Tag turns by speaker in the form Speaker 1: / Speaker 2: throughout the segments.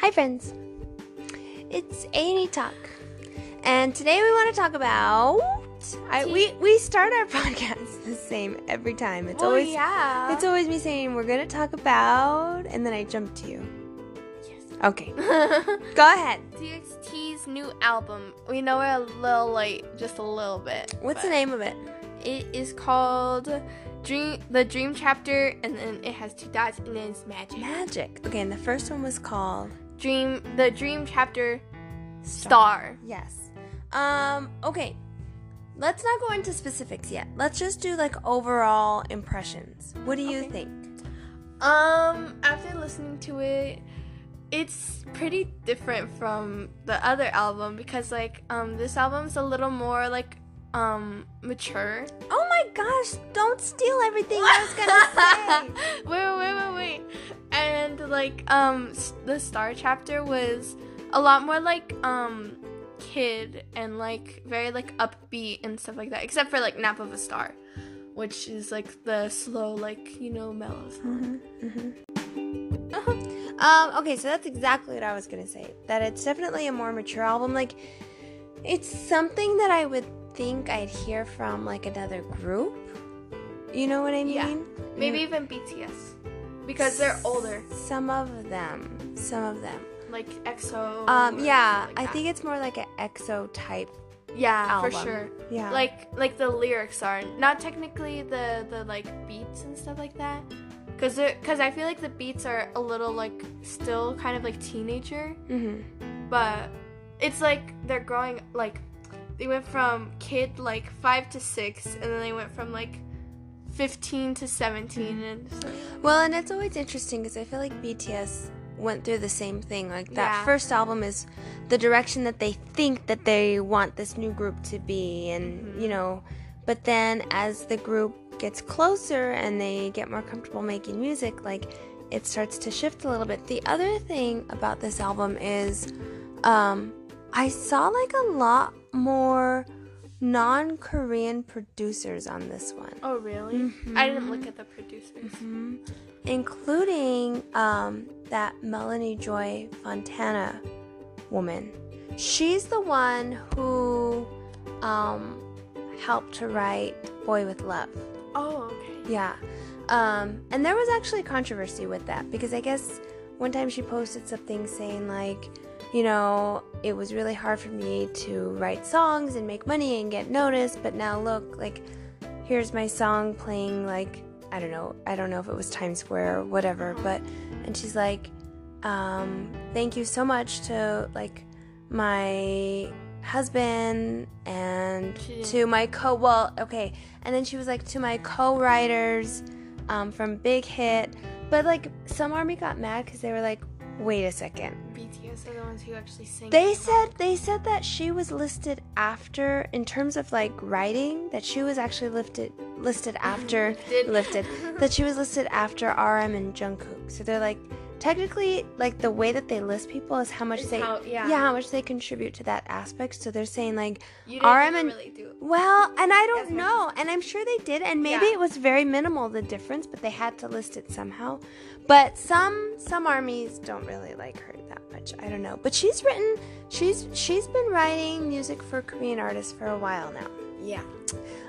Speaker 1: Hi, friends. It's Amy Talk, and today we want to talk about. I, we we start our podcast the same every time. It's
Speaker 2: Oh,
Speaker 1: always
Speaker 2: yeah.
Speaker 1: it's always me saying we're gonna talk about, and then I jump to you.
Speaker 2: Yes.
Speaker 1: Okay, go ahead.
Speaker 2: TXT's new album. We know we're a little late, just a little bit.
Speaker 1: What's the
Speaker 2: but
Speaker 1: name of it?
Speaker 2: It is called Dream, the Dream Chapter, and then it has two dots, and then it's magic.
Speaker 1: Magic. Okay, and the first one was called
Speaker 2: Dream, the Dream Chapter, Star.
Speaker 1: Yes. Um. Okay. Let's not go into specifics yet. Let's just do like overall impressions. What do you
Speaker 2: Okay.
Speaker 1: think?
Speaker 2: Um, after listening to it, it's pretty different from the other album because like um this album's a little more like um mature.
Speaker 1: Oh my gosh! Don't steal everything I was gonna say.
Speaker 2: wait, wait, wait, wait, wait. And like, um, s- the star chapter was a lot more like, um, kid and like very like upbeat and stuff like that. Except for like nap of a star, which is like the slow, like you know, mellow. song.
Speaker 1: Mm-hmm. Um, okay, so that's exactly what I was gonna say. That it's definitely a more mature album. Like, it's something that I would think I'd hear from like another group. You know what I mean?
Speaker 2: Yeah. Maybe even BTS because they're older,
Speaker 1: Some of them. Some of them.
Speaker 2: like EXO.
Speaker 1: Um,
Speaker 2: or
Speaker 1: yeah,
Speaker 2: stuff
Speaker 1: I
Speaker 2: like
Speaker 1: think it's more like an EXO type
Speaker 2: that. yeah,
Speaker 1: album.
Speaker 2: for sure.
Speaker 1: Yeah.
Speaker 2: like like the lyrics are not technically the the like beats and stuff like that because because i feel like the beats are a little like still kind of like teenager
Speaker 1: hmm
Speaker 2: but it's like they're growing like they went from kid like five to six and then they went from like 15 to
Speaker 1: Mm-hmm.
Speaker 2: 17 and so,
Speaker 1: Well, and it's always interesting because I feel like BTS went through the same thing. Like that
Speaker 2: Yeah.
Speaker 1: first album is the direction that they think that they want this new group to be, and you know, but then as the group gets closer and they get more comfortable making music, like it starts to shift a little bit. The other thing about this album is, um, I saw like a lot more non-Korean producers on this one.
Speaker 2: oh really i didn't look at the producers
Speaker 1: Mm-hmm. including um, that Melanie Joy Fontana woman. She's the one who um, helped to write Boy with Love.
Speaker 2: oh okay
Speaker 1: Yeah. Um, and there was actually controversy with that because I guess one time she posted something saying, like, you know, it was really hard for me to write songs and make money and get noticed, but now look, like, here's my song playing, like, I don't know, I don't know if it was Times Square or whatever, but, and she's like, um, thank you so much to, like, my husband and
Speaker 2: She-
Speaker 1: to my co well okay and then she was like to my co-writers um, from big hit but like some army got mad because they were like wait a second
Speaker 2: bts are the ones who actually sing
Speaker 1: they said they said that she was listed after in terms of like writing that she was actually lifted listed after
Speaker 2: Did-
Speaker 1: lifted that she was listed after rm and jungkook so they're like technically like the way that they list people is how much
Speaker 2: Is
Speaker 1: they
Speaker 2: how- yeah.
Speaker 1: yeah how much they contribute to that aspect so they're saying like
Speaker 2: you didn't
Speaker 1: RM
Speaker 2: even
Speaker 1: and-
Speaker 2: really do
Speaker 1: well, and I don't
Speaker 2: As much
Speaker 1: know, and I'm sure they did, and maybe
Speaker 2: Yeah.
Speaker 1: it was very minimal the difference, but they had to list it somehow. But some some armies don't really like her that much. I don't know, but she's written she's she's been writing music for Korean artists for a while now.
Speaker 2: yeah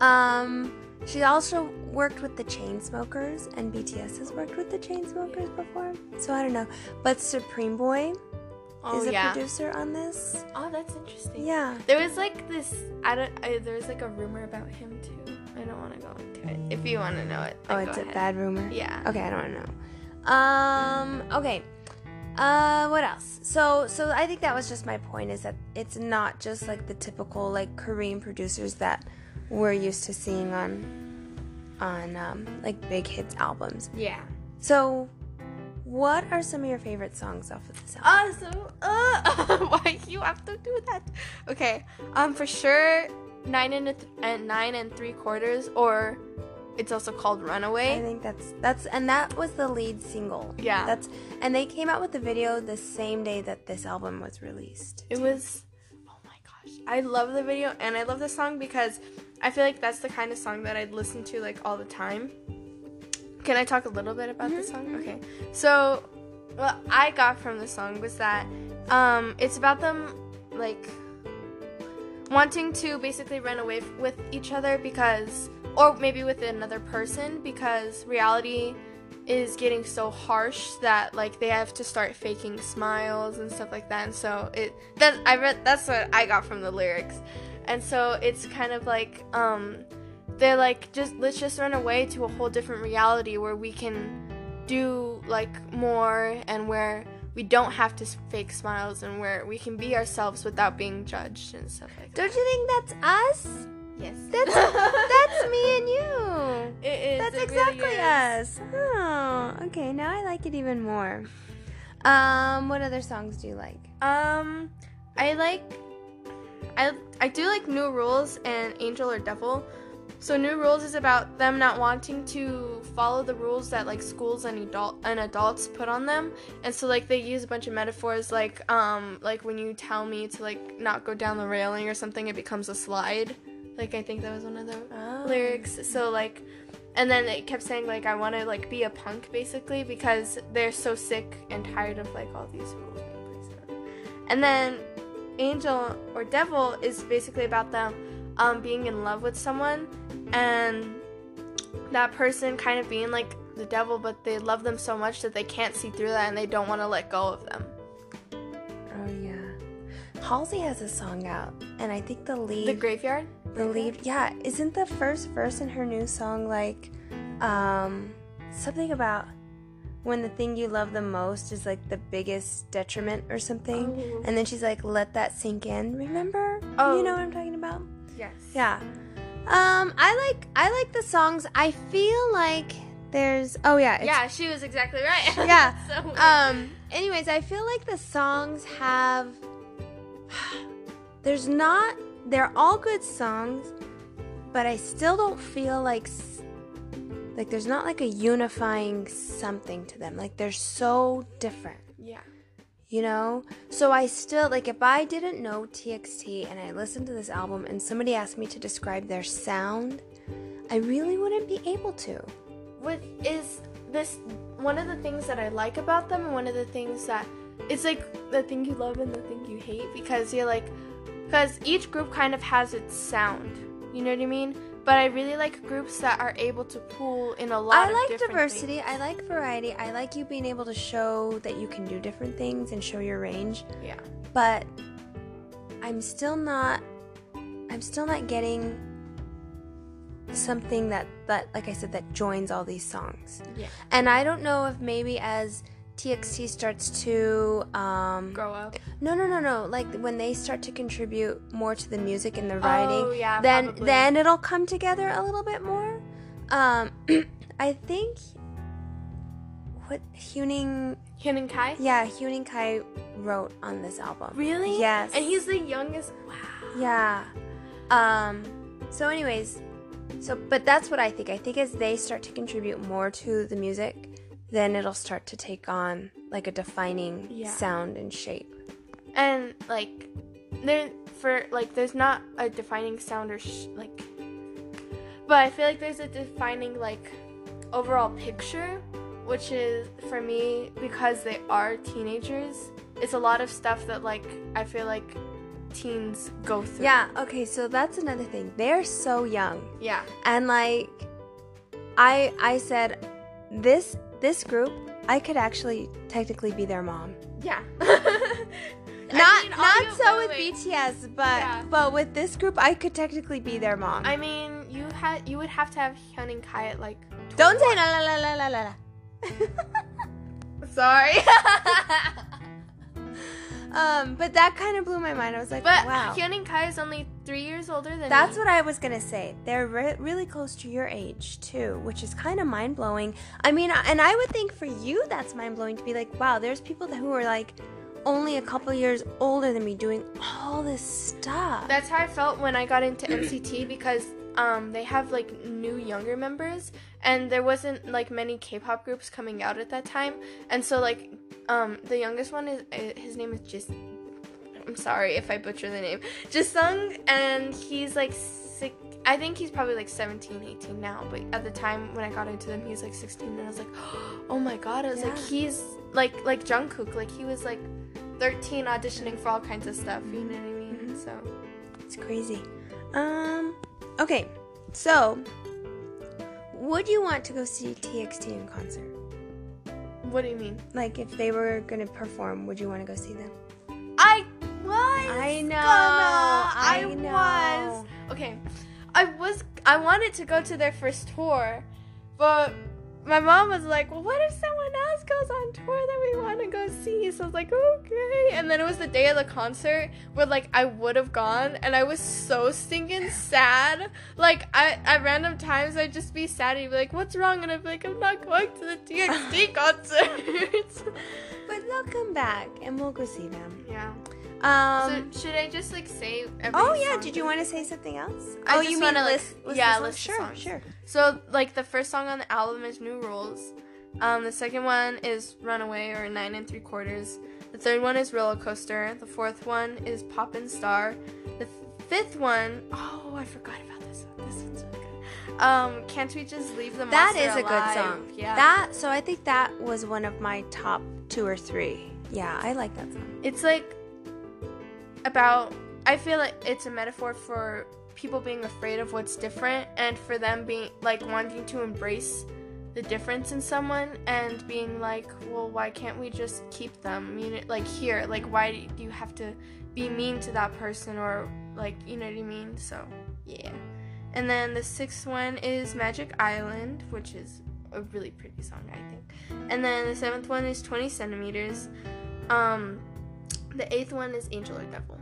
Speaker 1: Um, she also worked with the Chainsmokers, and BTS has worked with the Chainsmokers before, so I don't know. But Supreme Boy
Speaker 2: oh
Speaker 1: is a
Speaker 2: yeah
Speaker 1: producer on this.
Speaker 2: oh that's interesting
Speaker 1: Yeah.
Speaker 2: There was like this. I don't. I, there was like a rumor about him too. I don't want to go into it. If you want to know it,
Speaker 1: Oh,
Speaker 2: then go
Speaker 1: it's a
Speaker 2: ahead.
Speaker 1: bad rumor.
Speaker 2: Yeah.
Speaker 1: Okay, I don't know. Um. Okay. Uh. What else? So. So I think that was just my point is that it's not just like the typical like Korean producers that we're used to seeing on, on um, like big hits albums.
Speaker 2: Yeah.
Speaker 1: So, what are some of your favorite songs off of this album?
Speaker 2: Also, Oh, uh, why you have to do that? Okay. Um, for sure, nine and a th- and nine and three quarters, or it's also called
Speaker 1: I
Speaker 2: Runaway.
Speaker 1: think that's that's and that was the lead single.
Speaker 2: Yeah.
Speaker 1: That's and they came out with the video the same day that this album was released.
Speaker 2: It was. Oh my gosh. I love the video and I love the song because I feel like that's the kind of song that I'd listen to like all the time. Can I talk a little bit about the song? Okay. So, what I got from the song was that um, it's about them like wanting to basically run away f- with each other because, or maybe with another person because reality is getting so harsh that like they have to start faking smiles and stuff like that. And so it that I read that's what I got from the lyrics, and so it's kind of like um, they're like just let's just run away to a whole different reality where we can do like more and where we don't have to s- fake smiles and where we can be ourselves without being judged and stuff like that.
Speaker 1: Don't you think that's us?
Speaker 2: Yes.
Speaker 1: That's that's me and you.
Speaker 2: It is.
Speaker 1: That's
Speaker 2: it
Speaker 1: exactly
Speaker 2: really is.
Speaker 1: us. Oh, okay. Now I like it even more. Um, what other songs do you like?
Speaker 2: Um, I like, I I do like New Rules and Angel or Devil. So New Rules is about them not wanting to follow the rules that like schools and adult and adults put on them, and so like they use a bunch of metaphors like um like when you tell me to like not go down the railing or something, it becomes a slide. Like I think that was one of the lyrics. So like, and then it kept saying like I want to like be a punk basically because they're so sick and tired of like all these rules being placed on. them. And then Angel or Devil is basically about them um, being in love with someone and that person kind of being like the devil, but they love them so much that they can't see through that and they don't want to let go of them.
Speaker 1: Oh yeah. Halsey has a song out, and I think the lead
Speaker 2: The graveyard?
Speaker 1: the lead yeah, isn't the first verse in her new song like um something about when the thing you love the most is like the biggest detriment or something?
Speaker 2: Oh.
Speaker 1: And then she's like, let that sink in. Remember?
Speaker 2: Oh.
Speaker 1: You know what I'm talking about?
Speaker 2: Yes.
Speaker 1: Yeah. Um, I like I like the songs. I feel like there's oh yeah, it's
Speaker 2: Yeah, she was exactly right.
Speaker 1: Yeah.
Speaker 2: so weird.
Speaker 1: um anyways i feel like the songs have there's not they're all good songs but i still don't feel like s- like there's not like a unifying something to them like they're so different
Speaker 2: yeah.
Speaker 1: you know so i still like if i didn't know txt and i listened to this album and somebody asked me to describe their sound i really wouldn't be able to
Speaker 2: with is this one of the things that I like about them and one of the things that it's like the thing you love and the thing you hate because you're like because each group kind of has its sound. You know what I mean? But I really like groups that are able to pull in a lot
Speaker 1: I
Speaker 2: of
Speaker 1: like
Speaker 2: different
Speaker 1: diversity.
Speaker 2: things.
Speaker 1: I like variety. I like you being able to show that you can do different things and show your range.
Speaker 2: Yeah.
Speaker 1: But I'm still not. I'm still not getting something that that like I said that joins all these songs.
Speaker 2: Yeah.
Speaker 1: And I don't know if maybe as TXT starts to um
Speaker 2: Grow up.
Speaker 1: no no no no like when they start to contribute more to the music and the writing
Speaker 2: Oh, yeah,
Speaker 1: then
Speaker 2: probably.
Speaker 1: then it'll come together a little bit more um i think what Huning
Speaker 2: Hyun and Kai?
Speaker 1: yeah Huning Kai wrote on this album
Speaker 2: Really?
Speaker 1: Yes.
Speaker 2: And he's the youngest. Wow.
Speaker 1: yeah um so anyways so but that's what i think i think as they start to contribute more to the music then it'll start to take on like a defining
Speaker 2: Yeah.
Speaker 1: sound and shape
Speaker 2: and like there for like there's not a defining sound or sh- like but i feel like there's a defining like overall picture which is for me because they are teenagers it's a lot of stuff that like i feel like teens go through
Speaker 1: Yeah, okay, so that's another thing. They're so young.
Speaker 2: yeah
Speaker 1: And like I I said this this group, I could actually technically be their mom.
Speaker 2: yeah
Speaker 1: not
Speaker 2: mean, all you-
Speaker 1: not so
Speaker 2: wait,
Speaker 1: with
Speaker 2: wait.
Speaker 1: BTS, but
Speaker 2: Yeah.
Speaker 1: but with this group I could technically be their mom.
Speaker 2: i mean you had you would have to have hyun and kai at like
Speaker 1: Don't say la la la la la la.
Speaker 2: sorry
Speaker 1: la. Um, but that kind of blew my mind. I was like,
Speaker 2: but
Speaker 1: wow.
Speaker 2: hyun and kai is only three years older than
Speaker 1: That's
Speaker 2: me.
Speaker 1: what I was gonna say. They're re- really close to your age too, which is kind of mind blowing. I mean, I- and I would think for you that's mind blowing to be like, wow, there's people that- who are like only a couple years older than me doing all this stuff.
Speaker 2: That's how I felt when I got into MCT because um, they have like new younger members, and there wasn't like many K-pop groups coming out at that time, and so like um, the youngest one is uh, his name is just. I'm sorry if I butcher the name. Jisung, and he's like six. I think he's probably like 17, 18 now, but at the time when I got into them, he was like 16, and I was like, oh my god, I was like,
Speaker 1: Yeah.
Speaker 2: he's like like Jungkook, like he was like 13 auditioning for all kinds of stuff. You know what I mean? So
Speaker 1: It's crazy. Um, okay, so would you want to go see TXT in concert?
Speaker 2: what do you mean?
Speaker 1: Like, if they were gonna perform, would you want to go see them?
Speaker 2: I was.
Speaker 1: I know,
Speaker 2: gonna-
Speaker 1: I
Speaker 2: I,
Speaker 1: know.
Speaker 2: was. Okay. I was. I wanted to go to their first tour, but my mom was like, "Well, what if someone else goes on tour that we want to go see?" So I was like, "Okay." And then it was the day of the concert where like I would have gone, and I was so stinking sad. Like I at random times I'd just be sad and be like, "What's wrong?" And I'd be like, "I'm not going to the TXT concert."
Speaker 1: But they'll come back and we'll go see them.
Speaker 2: yeah.
Speaker 1: Um,
Speaker 2: so should I just like say? Every
Speaker 1: oh yeah,
Speaker 2: song?
Speaker 1: did you want to say something else?
Speaker 2: I
Speaker 1: oh,
Speaker 2: just
Speaker 1: you mean
Speaker 2: wanna, like-
Speaker 1: list, list
Speaker 2: yeah,
Speaker 1: the songs?
Speaker 2: list the
Speaker 1: sure,
Speaker 2: songs.
Speaker 1: sure.
Speaker 2: So like the first song on the album is New Rules. Um, the second one is Runaway or Nine and Three Quarters. The third one is Roller Coaster. The fourth one is Poppin' Star. The f- fifth one, oh, I forgot about this one. This one's really good. Um, Can't We Just Leave the
Speaker 1: That
Speaker 2: Monster
Speaker 1: is a good
Speaker 2: Alive?
Speaker 1: song.
Speaker 2: Yeah.
Speaker 1: That so I think that was one of my top two or three. Yeah, I like that song.
Speaker 2: it's like about i feel like it's a metaphor for people being afraid of what's different and for them being like wanting to embrace the difference in someone and being like well why can't we just keep them you know, like here like why do you have to be mean to that person or like you know what i mean so yeah and then the sixth one is magic island which is a really pretty song i think and then the seventh one is 20 centimeters um, the eighth one is Angel or Devil,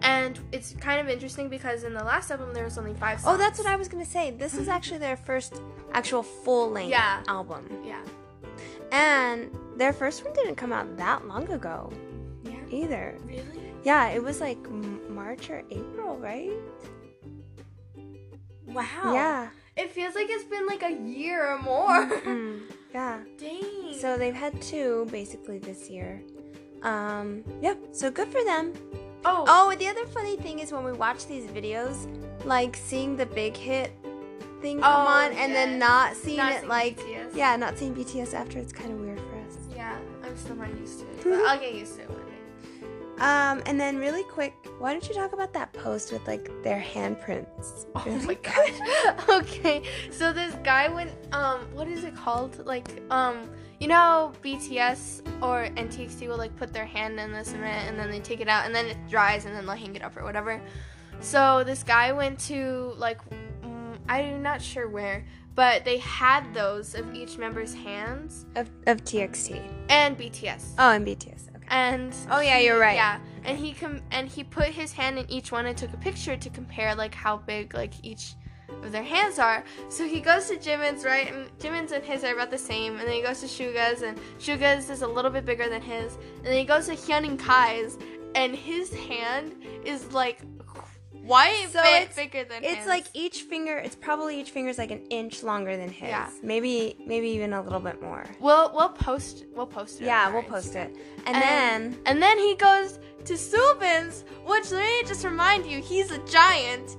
Speaker 2: and it's kind of interesting because in the last album there was only five. Songs.
Speaker 1: Oh, that's what I was gonna say. This is actually their first actual full length
Speaker 2: Mm-hmm. Yeah.
Speaker 1: album,
Speaker 2: Yeah.
Speaker 1: and their first one didn't come out that long ago
Speaker 2: Yeah.
Speaker 1: either.
Speaker 2: Really?
Speaker 1: Yeah, it was like M- March or April, right?
Speaker 2: Wow.
Speaker 1: Yeah.
Speaker 2: It feels like it's been like a year or more.
Speaker 1: Mm, yeah.
Speaker 2: Dang.
Speaker 1: So they've had two basically this year. Um, yeah, so good for them.
Speaker 2: oh,
Speaker 1: Oh, the other funny thing is when we watch these videos, like seeing the big hit thing come
Speaker 2: Oh,
Speaker 1: on and then
Speaker 2: yes.
Speaker 1: not seeing
Speaker 2: Not
Speaker 1: it
Speaker 2: seeing
Speaker 1: like
Speaker 2: BTS.
Speaker 1: yeah, not seeing BTS after it's kind of weird for us.
Speaker 2: Yeah, I'm still not used to it, but I'll get used to it one day.
Speaker 1: Um, and then really quick, why don't you talk about that post with like their handprints?
Speaker 2: Oh my god. okay. So this guy went um what is it called? Like um you know how BTS or NTXT will like put their hand in the cement and then they take it out and then it dries and then they'll hang it up or whatever. So this guy went to like mm, I'm not sure where, but they had those of each member's hands
Speaker 1: Of, of TXT.
Speaker 2: and BTS.
Speaker 1: Oh, and BTS. Okay.
Speaker 2: And
Speaker 1: Oh, yeah,
Speaker 2: he-
Speaker 1: you're right.
Speaker 2: Yeah, and he com- and he put his hand in each one and took a picture to compare like how big like each of their hands are. So he goes to Jimin's right, and Jimin's and his are about the same. And then he goes to Shuga's, and Shuga's is a little bit bigger than his. And then he goes to Hyun and Kai's, and his hand is like quite
Speaker 1: So
Speaker 2: bit
Speaker 1: it's-
Speaker 2: bigger than
Speaker 1: It's
Speaker 2: his.
Speaker 1: like each finger. It's probably each finger's like an inch longer than his.
Speaker 2: Yeah.
Speaker 1: Maybe maybe even a little bit more.
Speaker 2: we'll we'll post we'll post it.
Speaker 1: Yeah,
Speaker 2: on
Speaker 1: we'll
Speaker 2: our
Speaker 1: post it. And,
Speaker 2: And-
Speaker 1: then
Speaker 2: And then he goes to Subin's, which let me just remind you, he's a giant.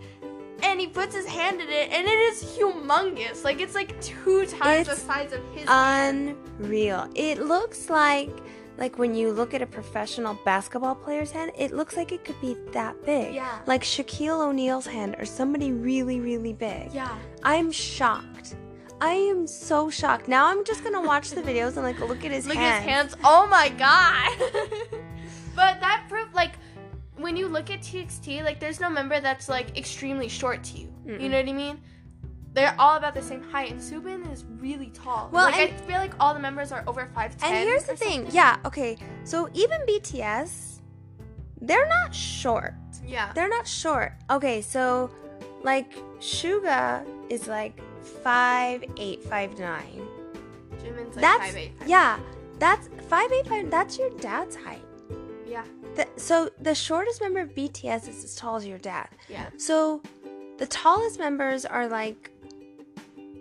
Speaker 2: And he puts his hand in it, and it is humongous. Like it's like two times
Speaker 1: It's uh,
Speaker 2: the size of his.
Speaker 1: unreal. It looks like like when you look at a professional basketball player's hand, it looks like it could be that big.
Speaker 2: Yeah.
Speaker 1: Like Shaquille O'Neal's hand or somebody really really big.
Speaker 2: yeah.
Speaker 1: I'm shocked. I am so shocked. Now I'm just gonna watch the videos and like look at his
Speaker 2: Look at
Speaker 1: hands.
Speaker 2: his hands. Oh my god. but that proved like when you look at TXT, like there's no member that's like extremely short to you. You know what I mean? They're all about the same height, and Subin is really tall.
Speaker 1: Well,
Speaker 2: like
Speaker 1: and-
Speaker 2: I feel like all the members are over five ten.
Speaker 1: And here's the thing. Yeah, okay. So even BTS, they're not short.
Speaker 2: Yeah.
Speaker 1: They're not short. Okay, so like Suga is like five eight, five nine.
Speaker 2: Jimin's like
Speaker 1: that's
Speaker 2: five eight.
Speaker 1: yeah. That's five eight five. That's your dad's height.
Speaker 2: Yeah.
Speaker 1: Th so the shortest member of BTS is as tall as your dad.
Speaker 2: Yeah.
Speaker 1: So the tallest members are like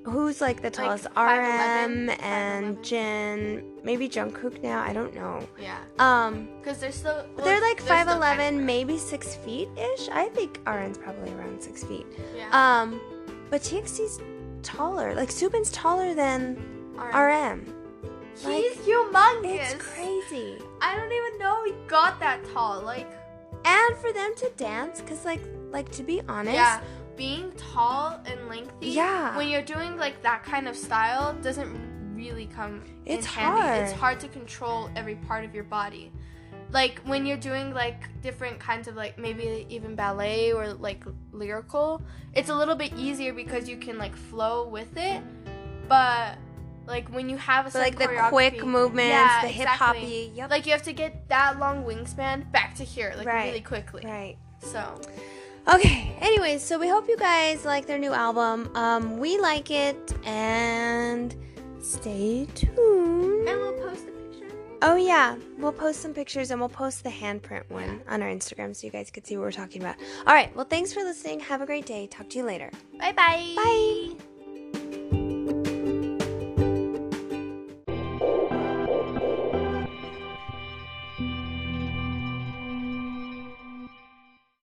Speaker 1: who's like the tallest
Speaker 2: 5'11",
Speaker 1: RM and
Speaker 2: 5'11".
Speaker 1: Jin, maybe Jungkook now. I don't know.
Speaker 2: Yeah.
Speaker 1: Um,
Speaker 2: Because they're still. well,
Speaker 1: they're like
Speaker 2: still
Speaker 1: five
Speaker 2: kind
Speaker 1: eleven,
Speaker 2: of-
Speaker 1: maybe six feet ish. I think RN's probably around six feet.
Speaker 2: Yeah.
Speaker 1: Um, but TXT's taller. Like Subin's taller than
Speaker 2: Alright.
Speaker 1: RM.
Speaker 2: He's
Speaker 1: Like, It's
Speaker 2: humongous.
Speaker 1: crazy.
Speaker 2: I don't even know he got that tall. Like,
Speaker 1: And for them to dance, cause like like to be honest,
Speaker 2: yeah, being tall and lengthy.
Speaker 1: Yeah.
Speaker 2: When you're doing like that kind of style, doesn't really come. in
Speaker 1: It's
Speaker 2: handy. It's
Speaker 1: hard.
Speaker 2: hard to control every part of your body. Like when you're doing like different kinds of like maybe even ballet or like lyrical, it's a little bit easier because you can like flow with it. But like when you have a
Speaker 1: but, like the
Speaker 2: choreography-
Speaker 1: quick movements,
Speaker 2: Yeah,
Speaker 1: the hip
Speaker 2: exactly.
Speaker 1: hoppy, yep.
Speaker 2: Like you have to get that long wingspan back to here, like
Speaker 1: Right,
Speaker 2: really quickly.
Speaker 1: right.
Speaker 2: So
Speaker 1: Okay. Anyways, so we hope you guys like their new album. Um, we like it, and stay tuned.
Speaker 2: and we'll post a picture.
Speaker 1: Oh yeah, we'll post some pictures and we'll post the handprint one on our Instagram so you guys could see what we're talking about. All right. Well, thanks for listening. Have a great day. Talk to you later.
Speaker 2: Bye bye.
Speaker 1: Bye.